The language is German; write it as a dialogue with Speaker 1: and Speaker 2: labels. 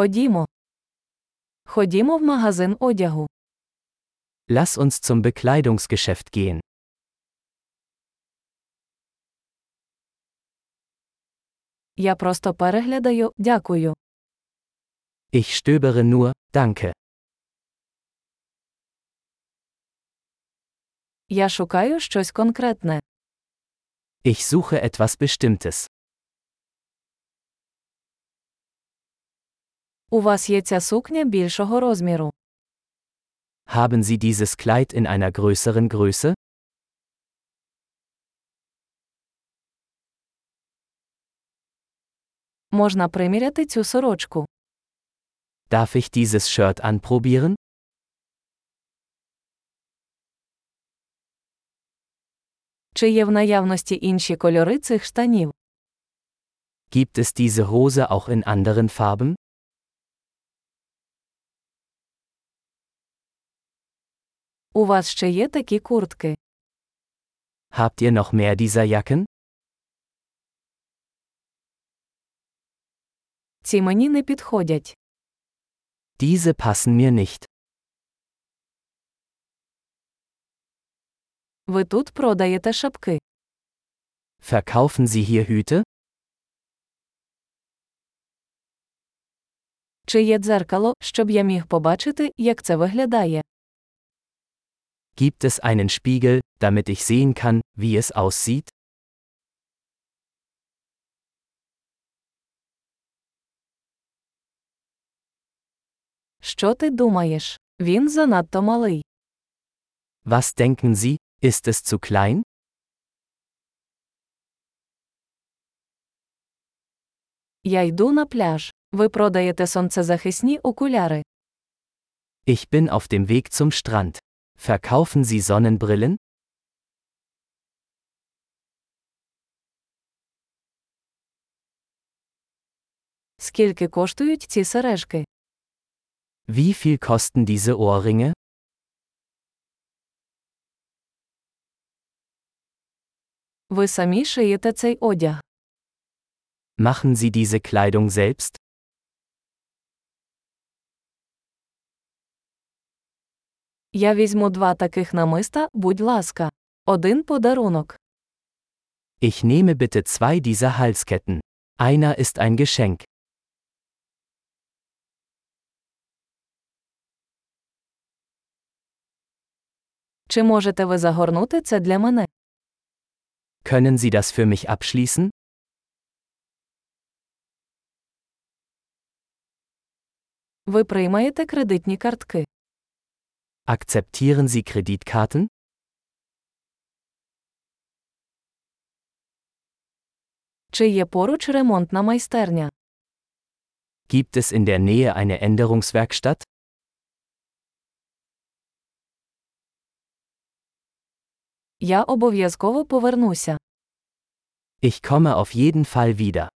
Speaker 1: Ходімо. Ходімо в магазин одягу.
Speaker 2: Lass uns zum Bekleidungsgeschäft gehen.
Speaker 1: Я просто переглядаю, дякую.
Speaker 2: Ich stöbere nur, danke.
Speaker 1: Я шукаю щось конкретне.
Speaker 2: Ich suche etwas Bestimmtes.
Speaker 1: У вас є ця сукня більшого розміру.
Speaker 2: Haben Sie dieses Kleid in einer größeren Größe?
Speaker 1: Можна приміряти цю сорочку.
Speaker 2: Darf ich dieses Shirt anprobieren?
Speaker 1: Чи є в наявності інші кольори цих штанів?
Speaker 2: Gibt es diese Hose auch in anderen Farben?
Speaker 1: У вас ще є такі куртки.
Speaker 2: Habt ihr noch mehr dieser Jacken?
Speaker 1: Ці мені не підходять.
Speaker 2: Diese passen mir nicht.
Speaker 1: Ви тут продаєте шапки.
Speaker 2: Verkaufen Sie hier Hüte?
Speaker 1: Чи є дзеркало, щоб я міг побачити, як це виглядає?
Speaker 2: Gibt es einen Spiegel, damit ich sehen kann, wie es aussieht?
Speaker 1: Що ти думаєш? Він занадто малий.
Speaker 2: Was denken Sie, ist es zu klein?
Speaker 1: Я йду на пляж. Ви продаєте сонцезахисні окуляри.
Speaker 2: Ich bin auf dem Weg zum Strand. Verkaufen Sie Sonnenbrillen?
Speaker 1: Скільки коштують ці сережки?
Speaker 2: Wie viel kosten diese Ohrringe?
Speaker 1: Ви самі шиєте цей одяг.
Speaker 2: Machen Sie diese Kleidung selbst?
Speaker 1: Я візьму два таких намиста, будь ласка. Один подарунок.
Speaker 2: Ich nehme bitte zwei dieser Halsketten. Einer ist ein Geschenk.
Speaker 1: Чи можете ви загорнути це для мене?
Speaker 2: Können Sie das für mich abschließen?
Speaker 1: Ви приймаєте кредитні картки.
Speaker 2: Akzeptieren Sie Kreditkarten?
Speaker 1: Чи є поруч ремонтна майстерня?
Speaker 2: Gibt es in der Nähe eine Änderungswerkstatt?
Speaker 1: Я обов'язково повернуся.
Speaker 2: Ich komme auf jeden Fall wieder.